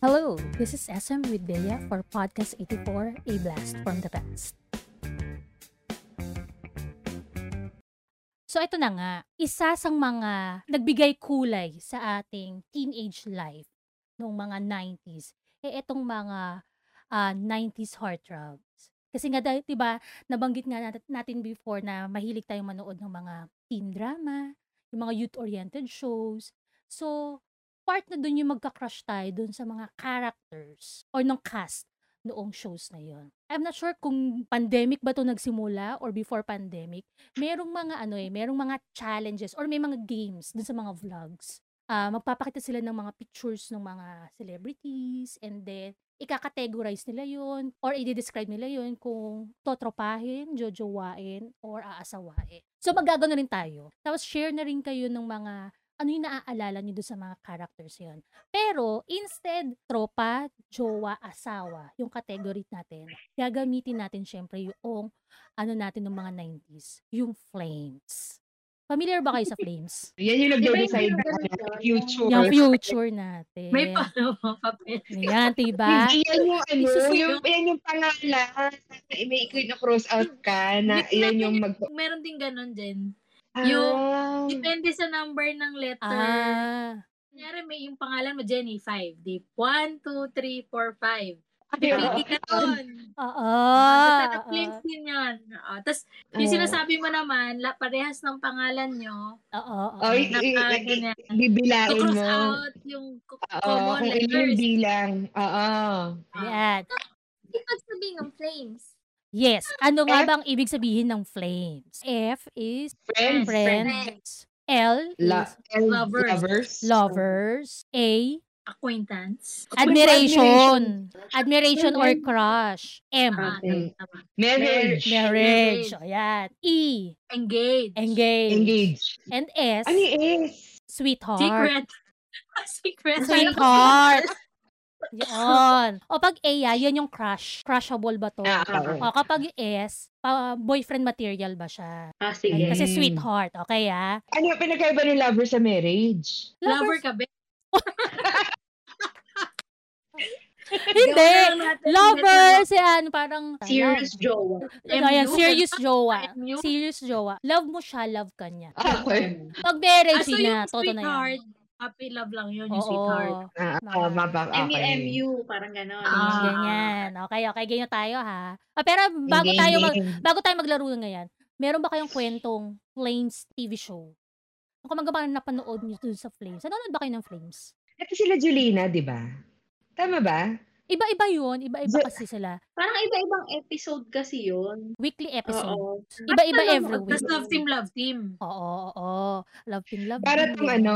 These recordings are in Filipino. Hello, this is SM with Delia for Podcast 84, A Blast from the Past. So ito na nga, isa sa mga nagbigay kulay sa ating teenage life noong mga 90s, eh itong mga ah, 90s heartthrobs. Kasi nga, dahil, 'di ba nabanggit nga nat- natin before na mahilig tayong manood ng mga teen drama, yung mga youth-oriented shows. So, part na dun yung magka-crush tayo dun sa mga characters or ng cast noong shows na yon. I'm not sure kung pandemic ba to nagsimula or before pandemic. Merong mga ano eh, merong mga challenges or may mga games dun sa mga vlogs. Ah, magpapakita sila ng mga pictures ng mga celebrities and then ikakategorize nila yon or i-describe nila yon kung totropahin, jojowain, or aasawain. So, magagano rin tayo. Tapos, share na rin kayo ng mga ano yung naaalala nyo doon sa mga characters yon. Pero, instead, tropa, jowa, asawa, yung category natin, gagamitin natin syempre yung ano natin ng mga 90s, yung flames. Familiar ba kayo sa flames? Yan yung nagde-decide Diba yung na ganun yun? future. yung future natin. May paano papel. Ayan, diba? Hindi, yan yung ano, Isusuyo. yung, yan yung pangalan. May ikot na cross out ka na Hindi ilan natin yung mag... Meron din ganun din. Ah, Depende sa number ng letter. Ah, Kunyari may yung pangalan mo, Jenny, 5. Di, 1, 2, 3, 4, 5. ayun. Ah. Pili ka nun. oo. Ah, oo, claims din yun. Tapos, Ah, yung Oo. sinasabi mo naman, la, parehas ng pangalan nyo, Oo, Oh, oo. i- i- Naka- i- i- ganyan. bibilain cross mo. out yung co- Oo, common kung ilan yung letters. bilang. Oo. Ayan. Ibig ah, sabihin ng flames. Yes. Ano nga F? bang ibig sabihin ng flames? F is Friends. Friends. friends. L La- is lovers. Lovers. lovers. lovers. A, Acquaintance. admiration. Admiration or crush. M, Ah, Tama, Okay. tama. Marriage. marriage. Ayan. E, Engage. engage. Engage. And S, Ano yung S? sweetheart. Secret. Secret. Sweetheart. Yun. O pag A, ah, yun yung crush. Crushable ba to? Ah, oo. O kapag S, pa- boyfriend material ba siya? Ay, Ah, sige. Kasi Mm. sweetheart, okay ah? Ano yung pinagkaiba ng lover sa marriage? Lover ka, be. Hindi! Lover! Si ano, parang... Serious jowa. Ano, ayan, MU? serious jowa. MU? Serious jowa. Love mo siya, love ka niya. Ah, okay. Pag marriage, Ah, so yun na, yung toto na yan. sweetheart, happy love lang yun, yung sweetheart. Oo. Ah, Mga- ah, mabak- okay. M-E-M-U, parang gano'n. Ah. Ganyan. Okay, okay. Ganyan tayo ha. Ah, pero bago tayo, mag, bago tayo maglaro ngayon, meron ba kayong kwentong Flames TV show? Kung magkaba napanood niyo dun sa Flames. Nanonood ba kayo ng Flames? Ito sila Julina, di ba? Tama ba? Iba-iba yun. Iba-iba Ju- kasi sila. Parang iba-ibang episode kasi yun. Weekly episode. Oo. Iba-iba Ano Basta every love- week. tas love team, love team. Oo, oo, oo. Love team, love Para team. tong ano,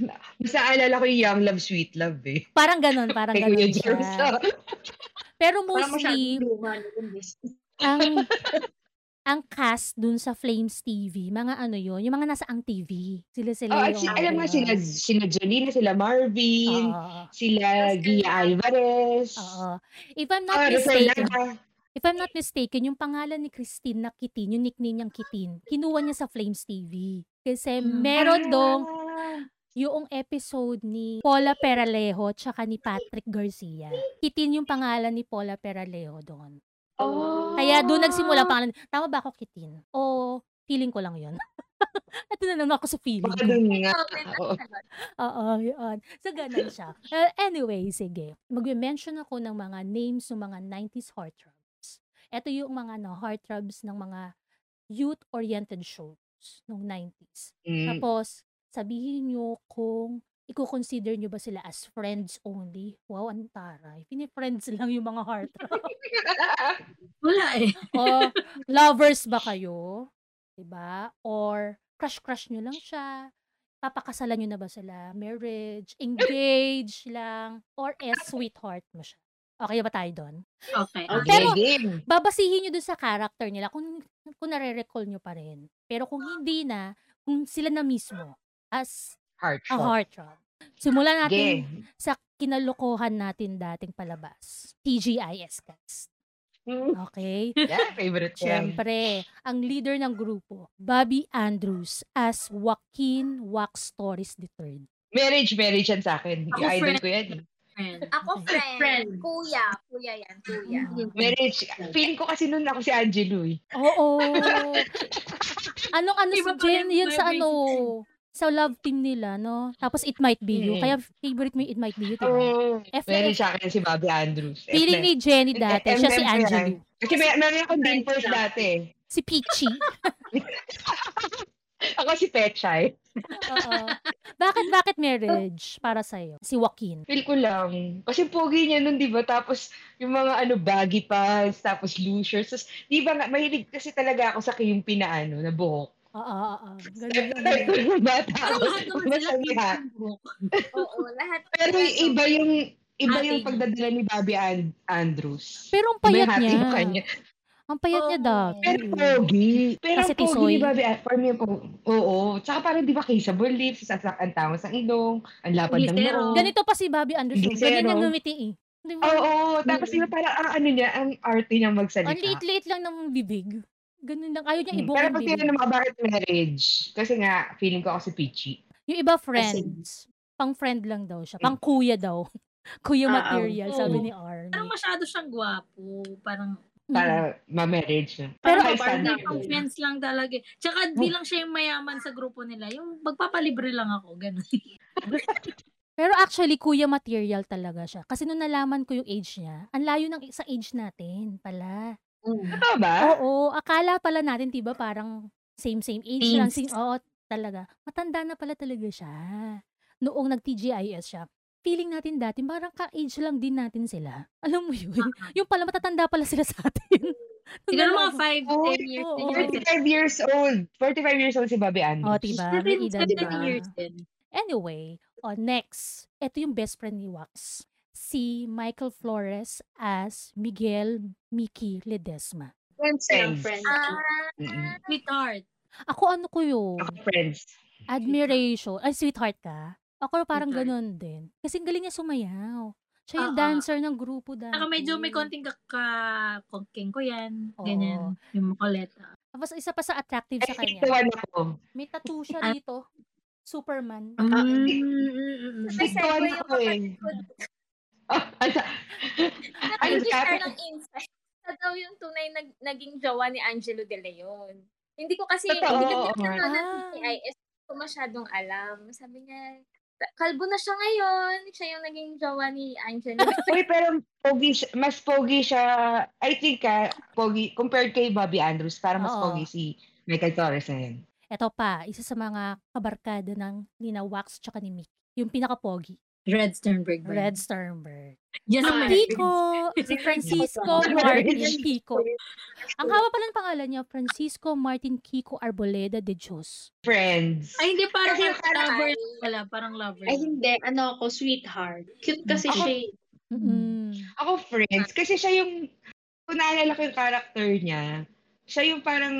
basta alala ko yung Young Love, Sweet Love eh. Parang ganun, parang Kay ganun Kuya siya. James. Pero Parang mostly, masyadong luma na yun. miss. ang ang cast dun sa Flames TV, mga ano yon yung mga nasa ang TV. Sila sila Oh, yung actually, alam nga ano sila, yun. sila Jolina, sila Marvin, Oo, sila Tapos Gia Alvarez. oo. If I'm not Ah, mistaken, Rosalina. if I'm not mistaken, yung pangalan ni Christine na Kitin, yung nickname niyang Kitin, kinuha niya sa Flames TV. Kasi Hmm. Mm. meron dong Ah, yung episode ni Paula Peralejo tsaka ni Patrick Garcia. Kitin yung pangalan ni Paula Peralejo doon. Oh. Kaya doon nagsimula ang pangalan. Tama ba ako, Kitin? O feeling ko lang yun? Ito na naman ako sa feeling ko. Baka dun nga. Oo. Oo, yun. So, ganun siya. Well, anyway, sige. Mag-mention ako ng mga names ng mga 90s heartthrobs. Ito yung mga ano, heartthrobs ng mga youth-oriented shows ng 90s. Mm. Tapos, sabihin nyo kung i-consider nyo ba sila as friends only. Wow, ang taray. Pini-friends lang yung mga heartthrobs. Wala eh. o lovers ba kayo? 'Di ba? Or crush-crush nyo lang siya? Papakasalan nyo na ba sila? Marriage? Engage lang? Or as sweetheart mo siya? Okay ba tayo doon? Okay. Okay, Pero- game. Babasihin nyo doon sa character nila kung, kung nare-recall nyo pa rin. Pero kung hindi na, kung sila na mismo as Heart a shot. heartthrob. Simulan Oh, natin Game. sa kinalokohan natin dating palabas. TGIS cast. Mm, Okay? Yeah, favorite ko yan. Siyempre, ang leader ng grupo, Bobby Andrews as Joaquin Wax Torres III. Marriage, marriage yan sa akin. Ako, Idol friend. ko yan. eh. friend. Ako, friend. Friend. Kuya. Kuya yan. Kuya. Mm-hmm. Marriage. Feeling ko kasi noon ako si Angelo eh. Oo. Anong ano si Iba pa Jen, yung yun sa ano, vibration. sa love team nila, no? Tapos It Might Be You. Mm. Kaya favorite mo yung It Might Be You, diba? Oo. F- Marriage sa akin si Bobby Andrews. Feeling ni Jenny F- dati, F- siya si F- Angelo. Kasi may, meron akong din first dati. eh. Si Peachy. Ako si Petchay. Oo. Bakit, bakit marriage para sa'yo? Si Joaquin. Feel ko lang. Kasi pogi niya nun, di ba? Tapos, yung mga ano, baggy pants, tapos loose shirts. Tapos, di ba nga, mahilig kasi talaga ako sa kayumpi na ano, na buhok. Oo, oo, oo. Ganun yun. Type ko ng bata ako. Lahat naman sila Masabihan. Facebook. Oo, lahat. Pero yung iba yung, iba yung Ating. pagdadala ni Bobby An- Andrews. Pero ang Iba payat yung hati niya. yung kanya. Ang payat niya Oo. dati. Pero pogi. Pero Mm. Kasi ang pogi tisoy. ni Bobby An- For me, ang pogi. Oo. Tsaka parang di ba kissable lips, sasak ang tawa sa ilong, ang lapad ng noo. Glisero. Ganito pa si Bobby Anderson. Ganyan Hindi siya, niya no? Oh, ngumiti eh. Di ba? Oo. Tapos di ba parang ang ano niya, ang arte niyang magsalita. Mm. Ang liit-liit lang ng bibig. Ganun lang. Ayaw niya Hmm. ibuka Pero yung pag bibig. tinanong ako bakit marriage, kasi nga, feeling ko ako si Peachy. Yung iba friends. Pang friend lang daw siya. Hmm. Pang kuya daw. kuya Ah, ah. material, sabi Oo. ni Army. Parang masyado siyang gwapo. Parang, Mm. Para ma-marriage na. Pero- Parang Parang standard parang- yun. friends lang talaga. eh. Tsaka Oh. di lang siya yung mayaman sa grupo nila. Yung magpapalibre lang ako. Ganun. Pero actually, kuya material talaga siya. Kasi nung nalaman ko yung age niya, ang layo ng sa age natin pala. Tama ba? Oo, akala pala natin, di ba, parang same-same age lang. Sing, Teens. oo, talaga. Matanda na pala talaga siya. Noong nag-TGIS siya, feeling natin dati, parang ka-age lang din natin sila. Alam mo yun? Yung pala, matatanda pala sila sa atin. Siguro mga 5, Oo, oo, 10 years. din yun. oo. 45 years old. 45 years old si Bobby Andrews. Oh, diba? May Seven- edad seven na. years din. Anyway, oh, next. Ito yung best friend ni Wax. Si Michael Flores as Miguel Mickey Ledesma. Friends lang, Friends. friends. Ah, Mm-mm. Mm. Sweetheart. Ako ano ko yun? Ako friends. admiration. Ay, sweetheart ka. Ako parang Sweetheart. ganun din. Kasi ang galing niya sumayaw. Siya yung Oo. dancer ng grupo dati. Saka medyo may konting kakakongking ko yan. Mm. Oo. Ganyan. Yung makuleta. Tapos isa pa sa attractive Ay, sa kanya. ikawan ako. May tattoo siya Ah. dito. Superman. Mm, Ah, mm, mm, mm. May Ikawan segue yung ako eh. kapatid ko. Oh, ano? Ay, Natigil siya dapat- ng insight. Siya daw yung tunay nag, naging jowa ni Angelo De Leon. Hindi ko kasi, Totoo, hindi ko oo nga. pinanood ng Ah. TIS ko masyadong alam. Sabi niya, "Ta- kalbo na siya ngayon. Siya yung naging jowa ni Angelo. Uy, pero pogi siya, mas pogi siya, I think ah, pogi, compared kay Bobby Andrews, parang mas Oo. pogi si Michael Torres na yun. Ito pa, isa sa mga kabarkada ng Nina Wax tsaka ni Mick. Yung pinaka-pogi. Red Sternberg ba? Red Sternberg. Yes, Ang Red. Pico! Si Francisco Pico. Martin Pico. Ang haba pala ng pangalan niya, Francisco Martin Kiko Arboleda de Dios. Friends. Ay, hindi. Parang Kasi parang lover ay. pala. Parang lover. Ay, hindi. Ano ako, sweetheart. Cute kasi Ako- siya. eh. Mm-mm. Ako friends, kasi siya yung, kung naalala ko yung character niya, siya yung parang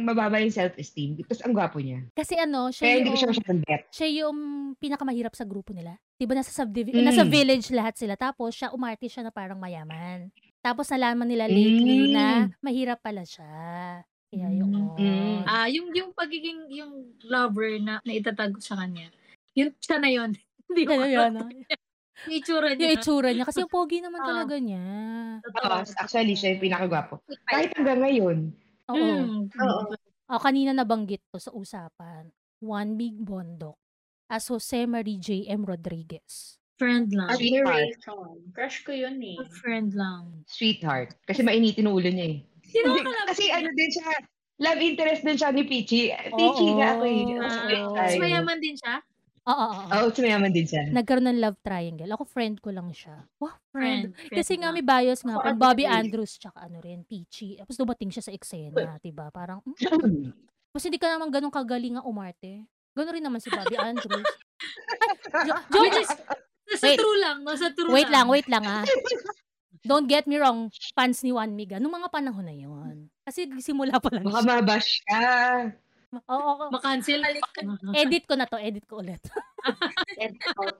mababa yung self-esteem. Tapos ang gwapo niya. Kasi ano, Kaya siya hindi ko siya yung... masyadong bet. siya yung pinakamahirap sa grupo nila. Di ba nasa, subdiv- Mm. nasa village lahat sila. Tapos siya, umarte siya na parang mayaman. Tapos nalaman nila lately Mm. na mahirap pala siya. Kaya yun. Mm. Ah, yung yung pagiging yung lover na, na itatago sa kanya. Yun siya na yun. Hindi ko Ano yun, alam. no? Yung itsura niya. Yung itsura niya. Kasi yung pogi naman Ah. talaga niya. Oo, Totoo. actually, siya yung pinakagwapo. Kahit hanggang ngayon. Oo. Mm. Oo. O, kanina nabanggit to sa usapan. One Big Bondok as Jose Marie J.M. Rodriguez. Friend lang. Admiration. Crush ko yun eh. Friend lang. Sweetheart. Kasi mainitin yung ulo niya eh. Sino Hindi, ka lang? Kasi ano din siya, love interest din siya ni Peachy. Peachy nga ako eh. Oo. Mas Ah, Mas mayaman. mayaman din siya? Oo, oo, oo. Oo, mas mayaman Oh, din siya. Nagkaroon ng love triangle. Ako friend ko lang siya. Wow, friend. Friend. friend Kasi nga lang. may bias nga. Ako Pag ano Bobby eh. Andrews, tsaka ano rin, Peachy. Tapos dumating siya sa eksena, diba? Parang, mm. Tapos hindi ka naman ganun kagaling ang umarte. Ganun rin naman si Bobby Andrews. Which is, sa Wait. true lang, no? Sa true wait lang, wait lang ah. Don't get me wrong, fans ni Juan Miga. Nung mga panahon na yon. Kasi simula pa lang Baka siya. mabash ka. Oo, oo. Makancel. Edit ko na to, edit ko ulit. And out.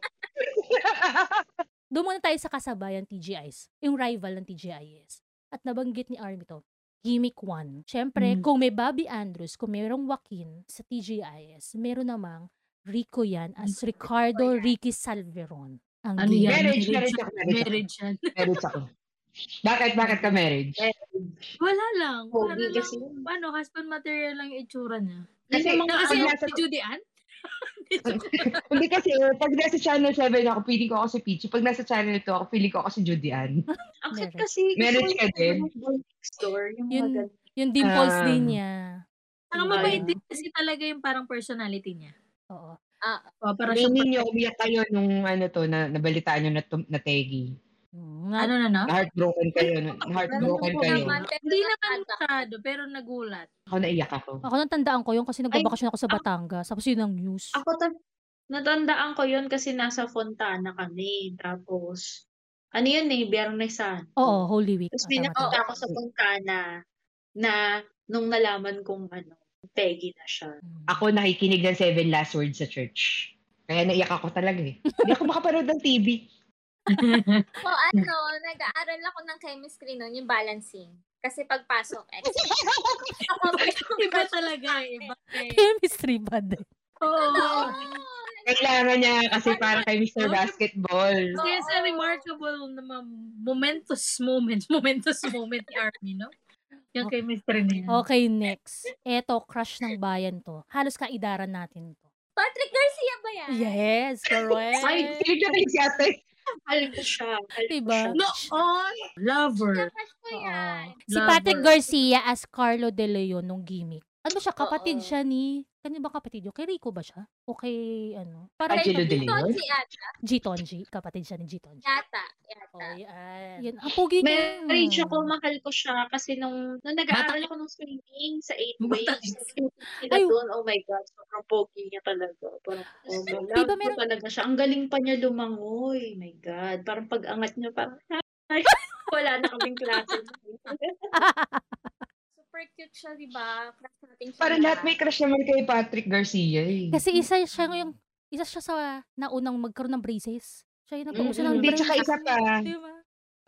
Doon muna tayo sa kasabayan TGIs, yung rival ng TGIs. At nabanggit ni Army to, gimmick one. Siyempre, Mm. kung may Bobby Andrews, kung merong Joaquin sa TGIs, meron namang Rico yan as Ricardo Ricky Salveron. Ang Ano gay. yan? Marriage, marriage marriage. ako, marriage Marriage yan. ako. Marriage ako. Bakit, bakit ka marriage? Eh, Wala lang. Wala Pogi lang. kasi. Paano? Husband material lang yung itsura niya. Kasi, Na kasi pag yung nasa- si Judy Ann? Hindi kasi, pag nasa Channel 7 ako, feeling ko ako si Peachy. Pag nasa Channel 2 ako, feeling ko ako si Judy Ann. Ang cute Meron. kasi. Marriage ka din? Store, yung Yun. maganda. Yung dimples Ah. din niya. Saka Ayun. mabait din kasi talaga yung parang personality niya. Oo. O, para Hindi siyang, ninyo, umiyak kayo nung ano to, na, nabalitaan nyo na, tum- na Tegi. Mm, ano na na? Heartbroken kayo. no? Heartbroken kayo. Hindi naman masyado, pero nagulat. Ako naiyak ako. Ako nang tandaan ko yun kasi nagbabakasyon ako sa ako- Batangas. Tapos yun ang news. Ako ta natandaan ko yun kasi nasa Fontana kami. Tapos, ano yun eh, Biyernes Santo. Oo, Holy Week. Tapos Ah, may tama, tama. nakita ako sa Fontana na nung nalaman kong ano, Peggy na siya. Mm. Ako nakikinig ng Seven Last Words sa church. Kaya naiyak ako talaga eh. Hindi ako makapanood ng TV. O ano, Hmm. nag-aaral ako ng chemistry noon, yung balancing. Kasi pagpasok, eh. Iba talaga, iba. Chemistry ba din? Oo. Kailangan niya kasi para kay Mr. Basketball. Kasi it's a remarkable naman, momentous moment, momentous moment ni Army, no? Yung kay Mr. Nen. Okay, next. Eto, crush ng bayan to. Halos kaidaran natin to. Patrick Garcia ba yan? Yes, correct. Ay, kinig na tayo si ate. Mahal ko siya. mahal ko Diba? siya. No, on! Lover. Crush ko Oo. yan. Si Lover. Patrick Garcia as Carlo De Leon nung gimmick. Ano siya, kapatid Oo. siya ni... Kanya ba kapatid yun? Kay Rico ba siya? O kay, ano? Para Ay, Angelo De Leon? Tonsi at Gitonji. Kapatid siya ni Gitonji. yata. O, Oh, Yata. yan. Yan. Ang pogi niya. Marriage ako, mahal ko siya kasi nung, nung nag-aaral ako nung swimming sa 8 Bata- waves, nakikita Ay. doon, oh my God, sobrang pogi niya talaga. Parang, oh, my love Diba ko meron- talaga siya. Ang galing pa niya lumangoy. My God, parang pag-angat niya, parang, "Ay, wala na kaming klase. Super cute siya, di ba? Crush natin siya. Para di lahat ba? may crush naman kay Patrick Garcia eh. Kasi isa siya yung... Isa siya sa naunang magkaroon ng braces. Siya yung nag-uuso ng Hindi, braces. tsaka isa pa. Diba?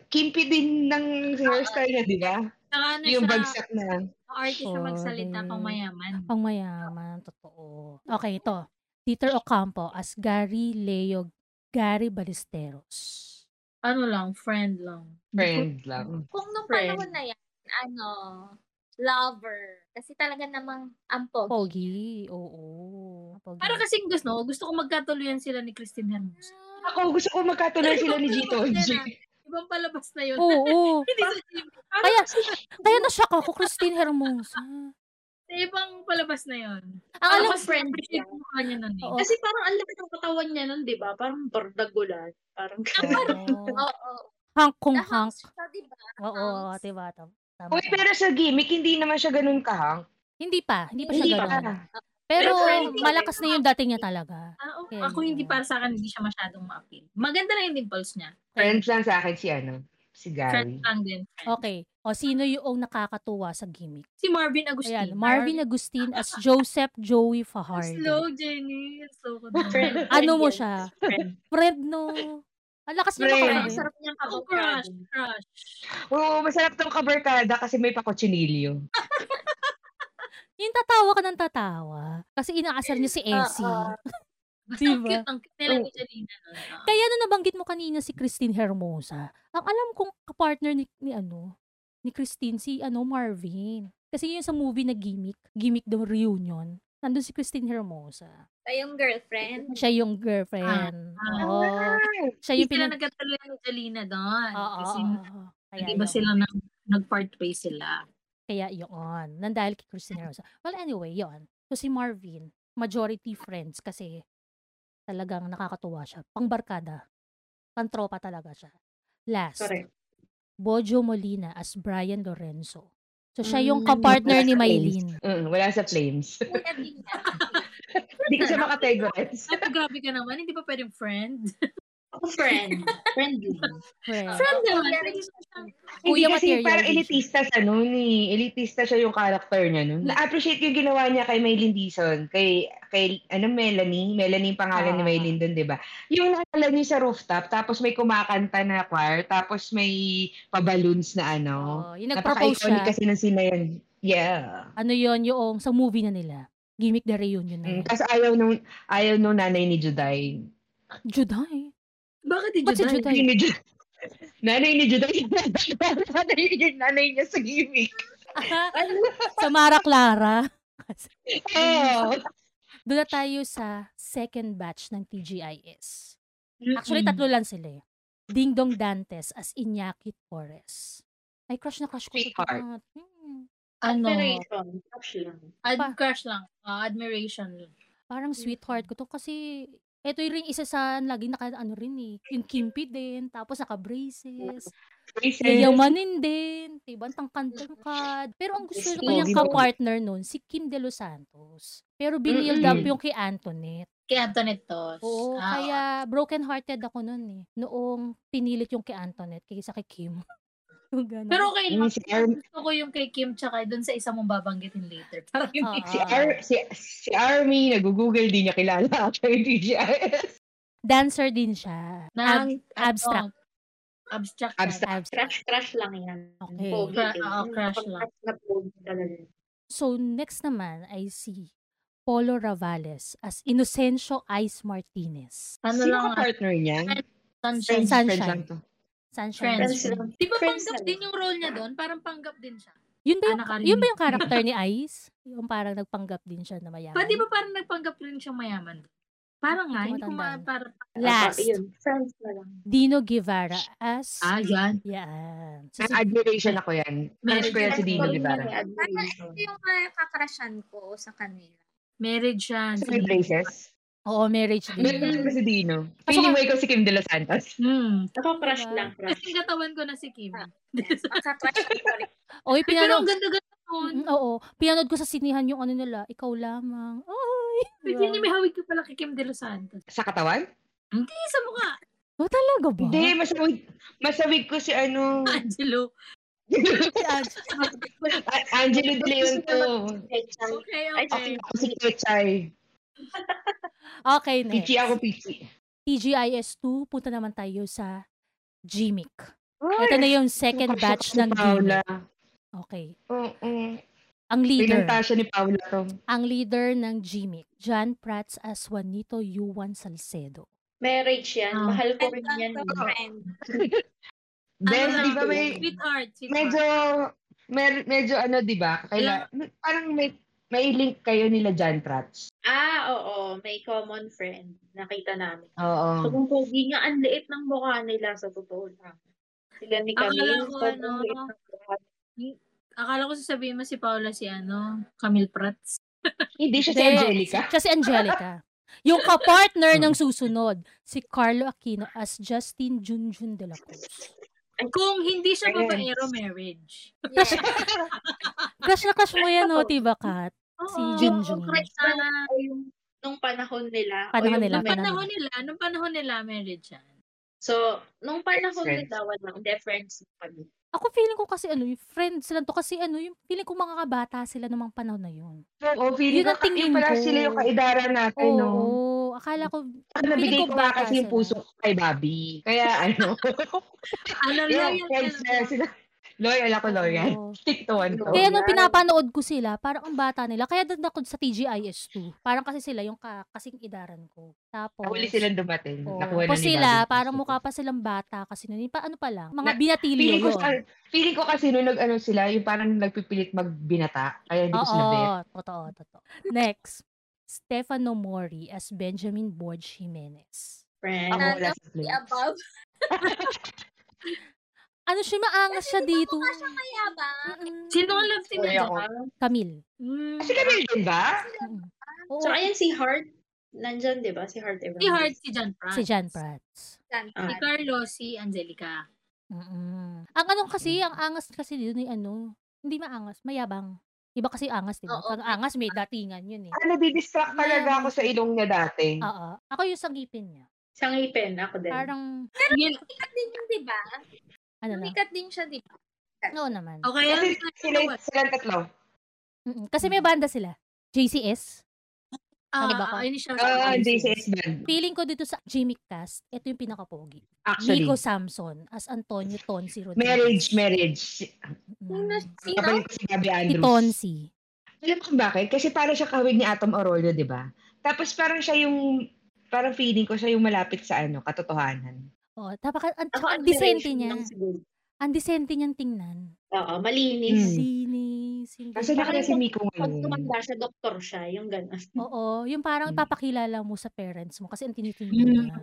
Kimpi din ng hairstyle niya, di ba? Saka ano Yung siya, bagsak na. artist siya magsalita Sorry. pang mayaman. Ang mayaman, totoo. Okay, ito. Peter Ocampo as Gary Leo Gary Ballesteros. Ano lang, friend lang. Friend lang. Kung nung Friend. panahon na yan, ano, lover. Kasi talaga namang ampog. Pogi, oo. Pogi. Para kasing gusto, no? gusto ko magkatuluyan sila ni Christine Hermoso. Ako, gusto ko magkatuloy sila ni Gito. Ibang palabas na yun. Oo. Hindi sa gym. Kaya, kaya na-shock ako, Christine Hermosa. Sa ibang palabas na yun. Ang Parang alam, mas friend Appreciate siya. ko mukha niya nun eh. Oo. Kasi parang ang laki ng katawan niya nun, di ba? Parang bardagulan. Parang Oo. Oo. Oh, Hank kung Hank. di ba? Oo, diba? Tama. tama. Uy, pero sa gimmick, hindi naman siya ganun kahang. Hindi pa, hindi pa siya Hindi pa. ganun. Pero Pero friend pa malakas rin. na yung dating niya talaga. Ah, oo. Kaya ako yun. hindi para sa akin, hindi siya masyadong ma-appeal. Maganda lang yung dimples niya. Friends lang sa akin si ano, si Gary. Friend lang din. friend. Okay. O, sino yung nakakatuwa sa gimmick? Si Marvin Agustin. Ayan, Marvin Agustin as Joseph Joey Fajardo. Slow, Jenny. Ang Slow ko doon. Friend. Ano mo yan. siya? Friend. Fred, no. Ang lakas niya Fred. Parang makaroon. ang sarap niyang Oh, kabukado. crush. Crush. Oo, masarap tong kabarkada kasi may pakochinilyo. Yung tatawa ka ng tatawa. Kasi inaasar niya si Essie. Oo. Basta ang Diba? cute. Ang cute nila Oo. ni Janina nun. ah. Kaya na nabanggit mo kanina si Christine Hermosa. Ang alam kong kapartner ni, ni ano, ni Christine, si ano, Marvin. Kasi yun sa movie na gimmick, gimmick the reunion, nandun si Christine Hermosa. Tayong girlfriend. Siya yung girlfriend. Ah, ah. Oo. Oh. Siya yung Hindi sila pinag... nagkatuloy ni Janina doon. Oo, oo, Kasi oo. Kaya hindi ba yun. sila nag, nag-part way sila. Kaya yun. Nandahil kay Christine Mm. Rosa. Well, anyway, yun. So, si Marvin, majority friends kasi talagang nakakatuwa siya. Pangbarkada. Pantropa talaga siya. Last, Correct. Bojo Molina as Brian Lorenzo. So, siya yung Mm, kapartner ni wala sa Maylin. Mm, wala sa flames. Kaya tingnan. Hindi ko siya Ano? makategorize. At grabe ka naman, hindi pa pwedeng friend. Ako friend. Friend lang. Friend. Friend naman. Pwede Kuya rin siya siyang- Hindi Kuya kasi material parang din siya. elitista siya noon eh. Elitista siya yung character niya noon. Na-appreciate ko yung ginawa niya kay Maylin Dison. Kay, kay ano, Melanie. Melanie yung pangalan ni Ah. Maylin doon, di ba? Yung nakala niya sa rooftop, tapos may kumakanta na choir, tapos may paballoons na ano. Oo, yung Oh, nag-propose siya. Napaka-iconic kasi ng scene na yun. Yeah. Ano yun, yung sa movie na nila. Gimmick the reunion na Mm. yun. Kasi ayaw nung, ayaw nung nanay ni Juday. Juday. Bakit di Ba't si Juday? Juday? Hindi ni Juday. Nanay ni Juday. nanay, yung nanay niya sa gimmick. sa Mara Clara. Oh. Doon na tayo sa second batch ng TGIS. Actually, Mm-mm. tatlo lang sila eh. Ding Dong Dantes as Iñaki Torres. Ay, crush na crush ko. to, Sweetheart. Kat. Hmm. Ano? Inspiration. Touch lang. Ad Pa. crush lang. Ah, admiration. Parang sweetheart ko to kasi ito yung rin isa sa laging naka ano rin eh. Yung kimpi din, tapos naka braces. Yayamanin din. Diba? Ang tangkad-tangkad. Pero ang gusto Yes, ko yung pogi, kapartner nun, si Kim De Los Santos. Pero binild Mm-mm. up yung kay Antoinette. Kay Antoinette Tos. Oo, Ah, kaya broken-hearted ako nun eh. Noong pinilit yung kay Antoinette kaysa kay Kim. Yung ganun. Pero okay lang. Mm, si Arm- Gusto ko yung kay Kim tsaka dun sa isa mong babanggitin later. Parang hindi. Oo. Si, Ar- si, si Army, nag-google, di niya kilala ako yung TGIS. dancer din siya. Ab- Nang, ano, abstract. abstract. Abstract. abstract. Crush, crush lang yan. Okay. Pogi Cra- yun. oo, crush Pag- lang. crush na pogi talaga. So next naman ay si Polo Ravales as Inocencio Ice Martinez. Sino Ano lang, ka partner niya? ah. sunshine. Sunshine. Friends lang to. Sunshine. Friends. Friends lang. Di ba Friends panggap lang. din yung role niya doon? Parang panggap din siya. Yun ba yung, Anak ka rin. yun ba yung character ni Ice? Yung parang nagpanggap din siya na mayaman. Pa, di ba parang nagpanggap rin siyang mayaman? Parang nga, hindi ko ma... Tumatanda. Parang, Last, Ah, yun. Friends na lang. Dino Guevara as... ah, yan. Yan. So, Ang si- Ah, admiration ako yan. Crush ko yan si Dino Friends Guevara. lang eh. yung admiration. Ito yung mga kakrasyan ko sa kanila. Marriage yan. Sa may braces. ah. oo, marriage din. Meron ko si Ah, Dino. Feeling mo ikaw si Kim De Los Santos. Hmm. Ako crush Diba? lang. Crush. Kasi katawan ko na si Kim. Ah, Kakrasyan ko rin. Oy, Pero ang pinanood. ganda-ganda noon. Mm, oo. Pinanood ko sa sinihan yung ano nila, ikaw lamang. Oy! Pwede niya may hawig ka pala kay Kim De Los Santos. Sa katawan? Hindi, sa mukha. Oh, talaga ba? Hindi, masawig. Masawig ko si ano. Angelo. Si Ange- A- Angelo De Leon to. Pechay. Okay, Ay, okay. Ako si Kechay. Okay, next. Pichi ako, Pichi. TGIS 2, punta naman tayo sa Gimmick. Ay, Ito na yung second Crush batch ako ng si Paula. Gimmick. Okay. Oo. Ang leader. Pinanta siya ni Paula to. Ang leader ng Gimmick. John Prats as Juanito Yuan Salcedo. Marriage yan. Ah. Mahal ko rin yan. eh. Friend lang to friend. Then, Ano di ba lang, may, Sweetheart, sweetheart. medyo, mer- medyo ano, di ba? Kaila, Hmm, parang may, may link kayo nila John Prats. Ah, oo. May common friend. Nakita namin. So, Oo. kung pogi nga, ang liit ng mukha nila sa totoo lang. Sila ni Akala Camille, ko, sobrang ano, liit ng mukha. Akala ko sasabihin mo si Paula si ano, Camille Prats. Hindi siya si Hindi. Angelica. Siya si Angelica. Yung kapartner ng susunod, si Carlo Aquino as Justin Junjun de la Cruz. Kung hindi siya Yes. babaero marriage. Yes. Crush na crush mo yan, no? Diba, Kat? Si Junjun. Crush na. O yung nung panahon nila. o Panahon yung nila, nung- Panahon nila, nung panahon nila marriage yan. So, nung panahon Friends. nila, walang difference kami. Ako feeling ko kasi ano, yung friends sila to kasi ano, yung feeling ko mga kabata sila ng mga panahon na yun. Oo, Oh, feeling Yun ko, ang tingin yun pala ko. sila yung kaidara natin, Oo, no? akala ko, Ako nabigay Feeling ko ko nga bata kasi yung sila. puso ko kay Bobby. Kaya ano, Ano yun, loyal friends ka na lang. sila. Loyal ako, loyal. Oo. Stick to one ko. Kaya nung Yan. pinapanood ko sila, parang ang bata nila. Kaya doon ako sa TGIS 2. Parang kasi sila yung ka, kasing idaran ko. Tapos, Huli silang dumating. Oo. Nakuha na Tapos ni sila, Bobby. parang mukha pa silang bata kasi nun. Yung Pa, ano pa lang, mga Na- binatilyo Feeling ko, yun. sa- feeling ko kasi nung nag-ano sila, yung parang nagpipilit magbinata. Kaya hindi ko sila bet. Oo, totoo, totoo. Next, Stefano Mori as Benjamin Borge Jimenez. Friends. Ako Ano, wala sa play. The above. Ano siya, maangas siya dito. Mayabang. Mm-mm. Sino ang love team Sorry niya? ako. Camille. Mm. Kasi kami din ba? Mm-mm. Oo, So, ayan si Heart. Nandyan, di ba? Si Heart Evans. Si Heart, si John Prats. si Jan Prats. Ah. Si Carlo, si Angelica. Mm-mm. Mm. Ang anong kasi, ang angas kasi dito ni ano, hindi maangas, mayabang. Iba kasi angas, di ba? Oo. Pag angas, may datingan yun eh. Ah, nadidistract talaga ako sa ilong niya dati. Oo. Ako yung sa ngipin niya. Sa ngipin, ako din. Parang, Yun. Sikat din yun, di ba? ano na, Sikat din siya, di ba? oo naman. O kaya, Kasi sila, silang tatlo. Mm-mm. Kasi may banda sila. JCS. ah, Ano ba ako? ah, yun siya. Oo, Ayos hindi yun. si Esmond. Feeling ko dito sa Jimmy Cast, ito yung pinakapogi. Actually, Nico Samson as Antonio Tonsi Rodriguez. marriage, marriage. Si- Mm. Sino? Kapalit ko si Gabby Si Andrews. Tonsi. Alam ko bakit? Kasi parang siya kawig ni Atom Arroyo, di ba? Tapos parang siya yung, parang feeling ko siya yung malapit sa ano, katotohanan. Oo, tapaka, ang, Ako, ang admiration disente niya. lang siguro. Ang disente niyang tingnan. Oo, malinis. Hmm. Linis. hindi- Kasi na Baka kasi yung- Miko Hmm. Pag ngayon. tumanda siya, doktor siya. Yung gano'n. Oo, yung parang Mm. ipapakilala mo sa parents mo kasi ang tinitingnan Mm. niya.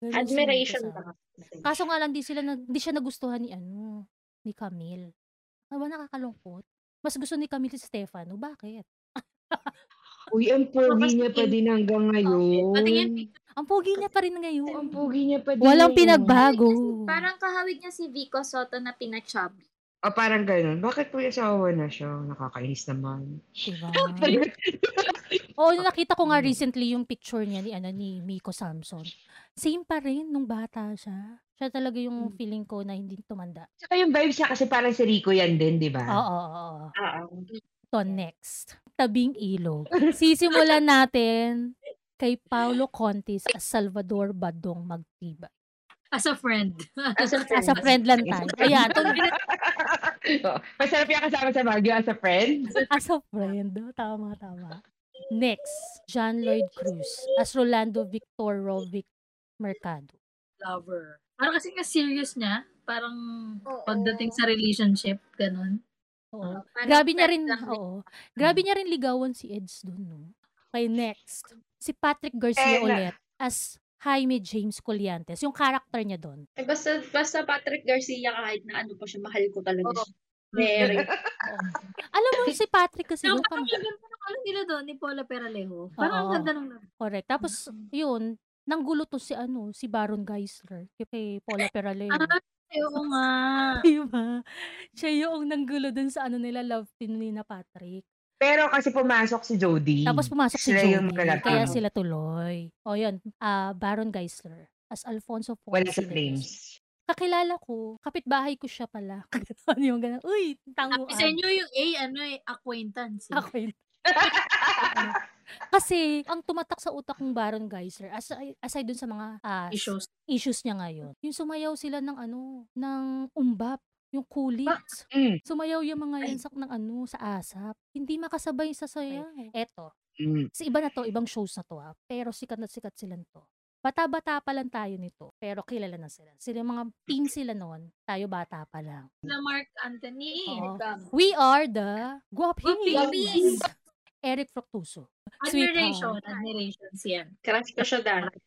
Ganun Admiration siya. lang. Kaso nga lang di sila nag- di siya nagustuhan ni ano, ni Camille. Ano ba nakakalungkot? Mas gusto ni Camille si Stefano. Bakit? Uy, ang pogi niya pa din hanggang ngayon. Patingin, Ang pogi niya pa rin Ang ngayon. pogi niya pa din. Walang pinagbago. Kasi Parang kahawig niya si Vico Soto na pinachubby. O parang ganun. Bakit kuya sawa na siya? Nakakainis naman. Diba? Oo, nung nakita ko nga recently yung picture niya ni ano ni Miko Samson. Same pa rin nung bata siya. Siya talaga yung feeling ko na hindi tumanda. Tsaka yung vibes niya kasi parang si Rico yan din, di Oo, ba? oo, oo. Oo. to next. Tabing ilog. Sisimulan natin kay Paolo Contis as Salvador Badong Magtiba. as a friend. As a As a friend friend. lang tayo. Ayan, to, Oo. Oh, Masarap yung kasama sa Baguio as a friend. as a friend. Tama, tama. Next, John Lloyd Cruz as Rolando Victor Rovic Mercado. Lover. Parang kasi nga serious niya. Parang Oo. pagdating sa relationship, ganun. Oo. Parang Grabe niya Ano friend rin, lang. oo. Grabe niya rin ligawan si Eds dun, no? Okay, next. Si Patrick Garcia Eh, na- ulit as Jaime James Colliantes. Yung character niya doon. Eh, Basta, basta Patrick Garcia kahit na ano pa siya, mahal ko Oo. talaga siya. Very. Alam mo, si Patrick kasi Yung doon, parang parang, yung ganda ng ano nila doon, ni Paula Peralejo. Parang ang Oo. ganda ng love. correct. Tapos, Mm. yun, nanggulo to si ano, si Baron Geisler. Kay Paula Peraleo. Ah, oo nga. Diba? Siya yung nanggulo dun sa ano nila, love team ni na Patrick. Pero kasi pumasok si Jody. Tapos pumasok si Mm. Sila yung Jody. magkalapit. Kaya sila tuloy. O yun, ah, Baron Geisler as Alfonso Ponce. Wala sa Leves. flames. Kakilala ko, kapitbahay ko siya pala. Ganun yung ganun, uy, tanguan. Sabi sa inyo yung A, ano eh, acquaintance. Eh. Ako yun. Kasi, ang tumatak sa utak ng Baron Geisler, aside, aside dun sa mga ah, Issues. issues niya ngayon, yung sumayaw sila ng ano, ng umbap, yung kulit. Mm. Sumayaw yung mga yan sa, ng ano, sa asap. Hindi makasabay sa sayaw. Eto, Mm. si iba na to, ibang shows na to ah, pero sikat na sikat sila to. Bata-bata pa lang tayo nito, pero kilala na sila. Sila yung mga team sila noon, tayo bata pa lang. Na Mark Anthony. eh. Oo. We are the Guapings! Guapings! Eric Fructuso. Admiration. Sweetheart. Admiration siya. Crush ko siya dati.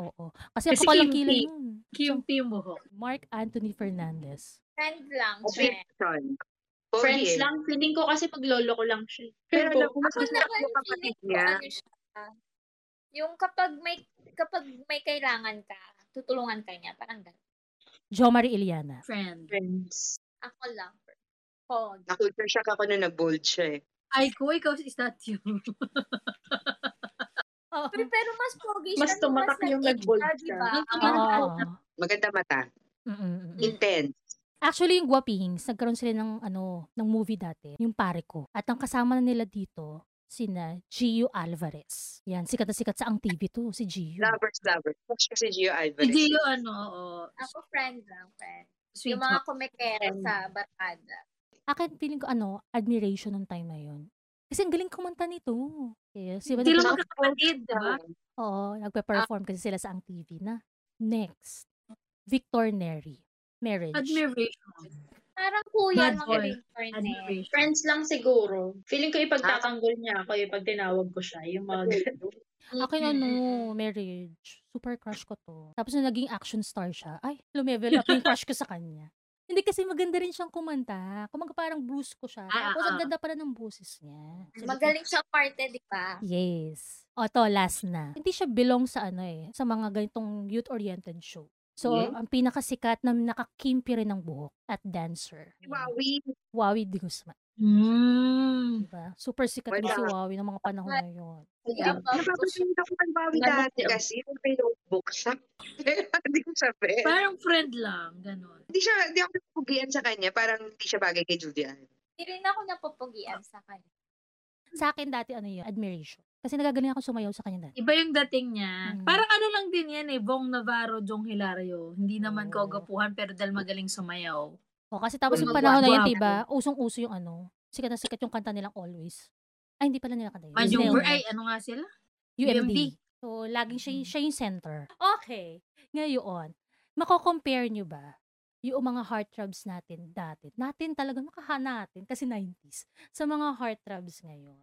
Oo. Kasi ang Kasi kapal ng kimchi. kilay nun. Kimpi yung buhok. Mark Anthony Fernandez. Friend lang. Friend. Affection. Friends eh. lang. Feeling ko kasi pag lolo ko lang siya. Pero alam mo, mas Ako gusto ko naman, yung kapatid feeling ko niya. ano siya. Yung kapag may, kapag may kailangan ka, tutulungan ka niya. Parang ganun. Jo Marie Iliana. Friend. Friends. Ako lang. Pog. Nakulture shock ako na nag-bold siya eh. Ay ko, ikaw is that you. Oo. Pero, pero mas pogi siya. Mas nung tumatak yung nag-age nag-bold siya, siya. diba? Oo. Maganda mata. Mm-mm. Intense. Actually, yung Guapings, nagkaroon sila ng, ano, ng movie dati, yung pare ko. At ang kasama na nila dito, sina Gio Alvarez. Yan, sikat na sikat sa Ang TV to, si Gio. Lovers, lovers. Crush ko si Gio Alvarez. Hindi yung ano, oo. Ako friend lang, friend. Sweet yung mga kumikere Friend. sa barkada. Akin, feeling ko, ano, admiration nung time na yun. Kasi ang galing kumanta nito. Yes, iba Sila na- magkakapatid, diba? di ba? Oo, nagpe-perform kasi sila sa ang TV na. Next, Victor Neri. Marriage. Admiration. Parang Bad kuya ng boy. ringtone eh. Admiration. Friends lang siguro. Feeling ko ipagtatanggol niya ako eh pag tinawag ko siya. Yung mga Ako Mm, yung ano, marriage. Super crush ko to. Tapos nung naging action star siya, ay, lumevel up yung crush ko sa kanya. Hindi kasi maganda rin siyang kumanta. Kumaga parang Bruce ko siya. Ah, Tapos ah, ang ah. ganda pala ng boses niya. Ano? Magaling siya parte, di ba? Yes. O to, last na. Hindi siya belong sa ano eh, sa mga ganitong youth-oriented show. So, Mhm. ang pinakasikat na nakakimpi rin ng buhok at dancer. Wawi. Wawi de Guzman. Mm. Diba? Super sikat Wala. na si Wawi ng mga panahon na yun. Kuya Bob. Napapasin ako kay Wawi Wala dati siya. kasi may notebook siya. Kaya Hindi ko sabi. Parang friend lang, ganun. Hindi siya, hindi ako napugian sa kanya. Parang hindi siya bagay kay Julian. Hindi rin ako napapugian sa kanya. Sa akin dati ano yun, admiration. Kasi nagagaling ako sumayaw sa kanya dati. Iba yung dating niya. Mm. Parang ano lang din yan eh, Bong Navarro, Jong Hilario. Hindi Oo. naman kogapuhan pero dahil magaling sumayaw. O, Oh, kasi tapos yung panahon Gumawa- na yun, guwapo. diba, usong-uso yung ano, sikat na sikat yung kanta nilang Always. Ay, hindi pala nila kanta yun. Majung Neon. ay ano nga sila? UMD. UMD. So, laging siya, siya yung center. Okay. Ngayon, Mako-compare nyo ba yung mga heartthrobs natin dati? Natin talaga, nakaha natin kasi 90s. Sa mga heartthrobs ngayon.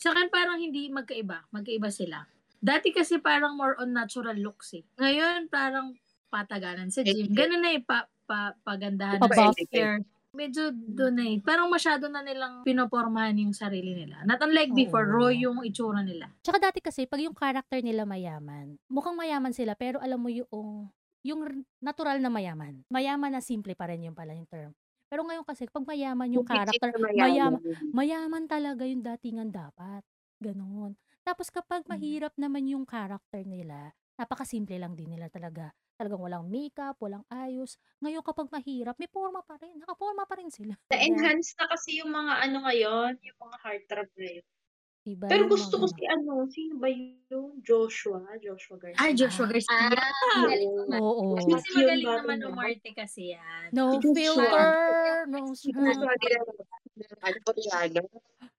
Sa akin parang hindi magkaiba. Magkaiba sila. Dati kasi parang more on natural looks eh. Ngayon parang patagalan sa gym. Ganun na eh, pa, pa, pagandahan na Pabuff. hair. Medyo doon eh. Parang masyado na nilang pinopormahan yung sarili nila. Not unlike Oo. before, raw yung itsura nila. Tsaka dati kasi, pag yung character nila mayaman, mukhang mayaman sila, pero alam mo yung, yung r- natural na mayaman. Mayaman na simple pa rin yung pala yung term. Pero ngayon kasi, pag mayaman yung character, mayaman, mayaman talaga yung datingan dapat. Ganon. Tapos kapag mahirap naman yung character nila, napakasimple lang din nila talaga. Talagang walang makeup, walang ayos. Ngayon kapag mahirap, may forma pa rin. Nakaporma pa rin sila. Na-enhance na kasi yung mga ano ngayon, yung mga heartthrob ngayon. Diba? Pero Yung gusto mga ko ganon. si ano, sino ba yun? Joshua, Joshua Garcia. Ay, Joshua Garcia. Ah, galing naman. Oo. Kasi Cute magaling yun, naman bagay na. umarte kasi yan. No Joshua. filter. No Gusto nila ng ano, Koreano.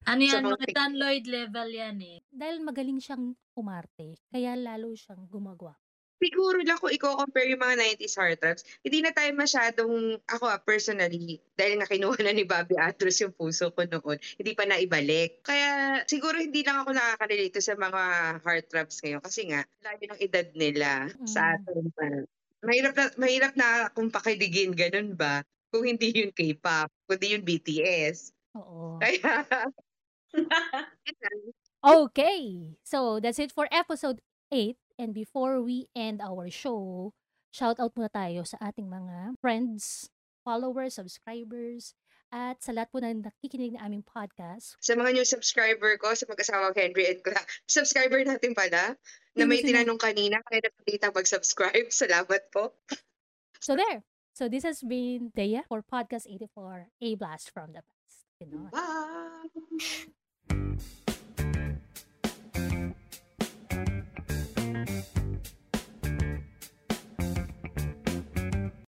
Ano yan, Sa mga mga Tan Lloyd level yan eh. dahil magaling siyang umarte, kaya lalo siyang gumagawa. Siguro lang kung i-compare yung mga 90s heart raps, hindi na tayo masyadong, ako ah, personally, dahil nga kinuha na ni Bobby Andrews yung puso ko noon, hindi pa naibalik. Kaya siguro hindi lang ako nakakarelate sa mga heart raps ngayon kasi nga, layo ng edad nila sa Mm. atin pa. Mahirap na, mahirap na kung pakidigin, ganun ba? Kung hindi yung K-pop, kundi yung BTS. Oo. Kaya, yun lang. Okay. So, that's it for episode 8. And before we end our show, shout out muna tayo sa ating mga friends, followers, subscribers, at sa lahat po na nakikinig ng aming podcast. sa mga new subscriber ko, sa mag-asawa Henry and Cla, subscriber natin pala, na Hindi mo may sinabi. tinanong kanina, kaya napakita mag-subscribe. Salamat po. So there. So this has been Dea for Podcast 84, A Blast from the Past. Ganon. Bye!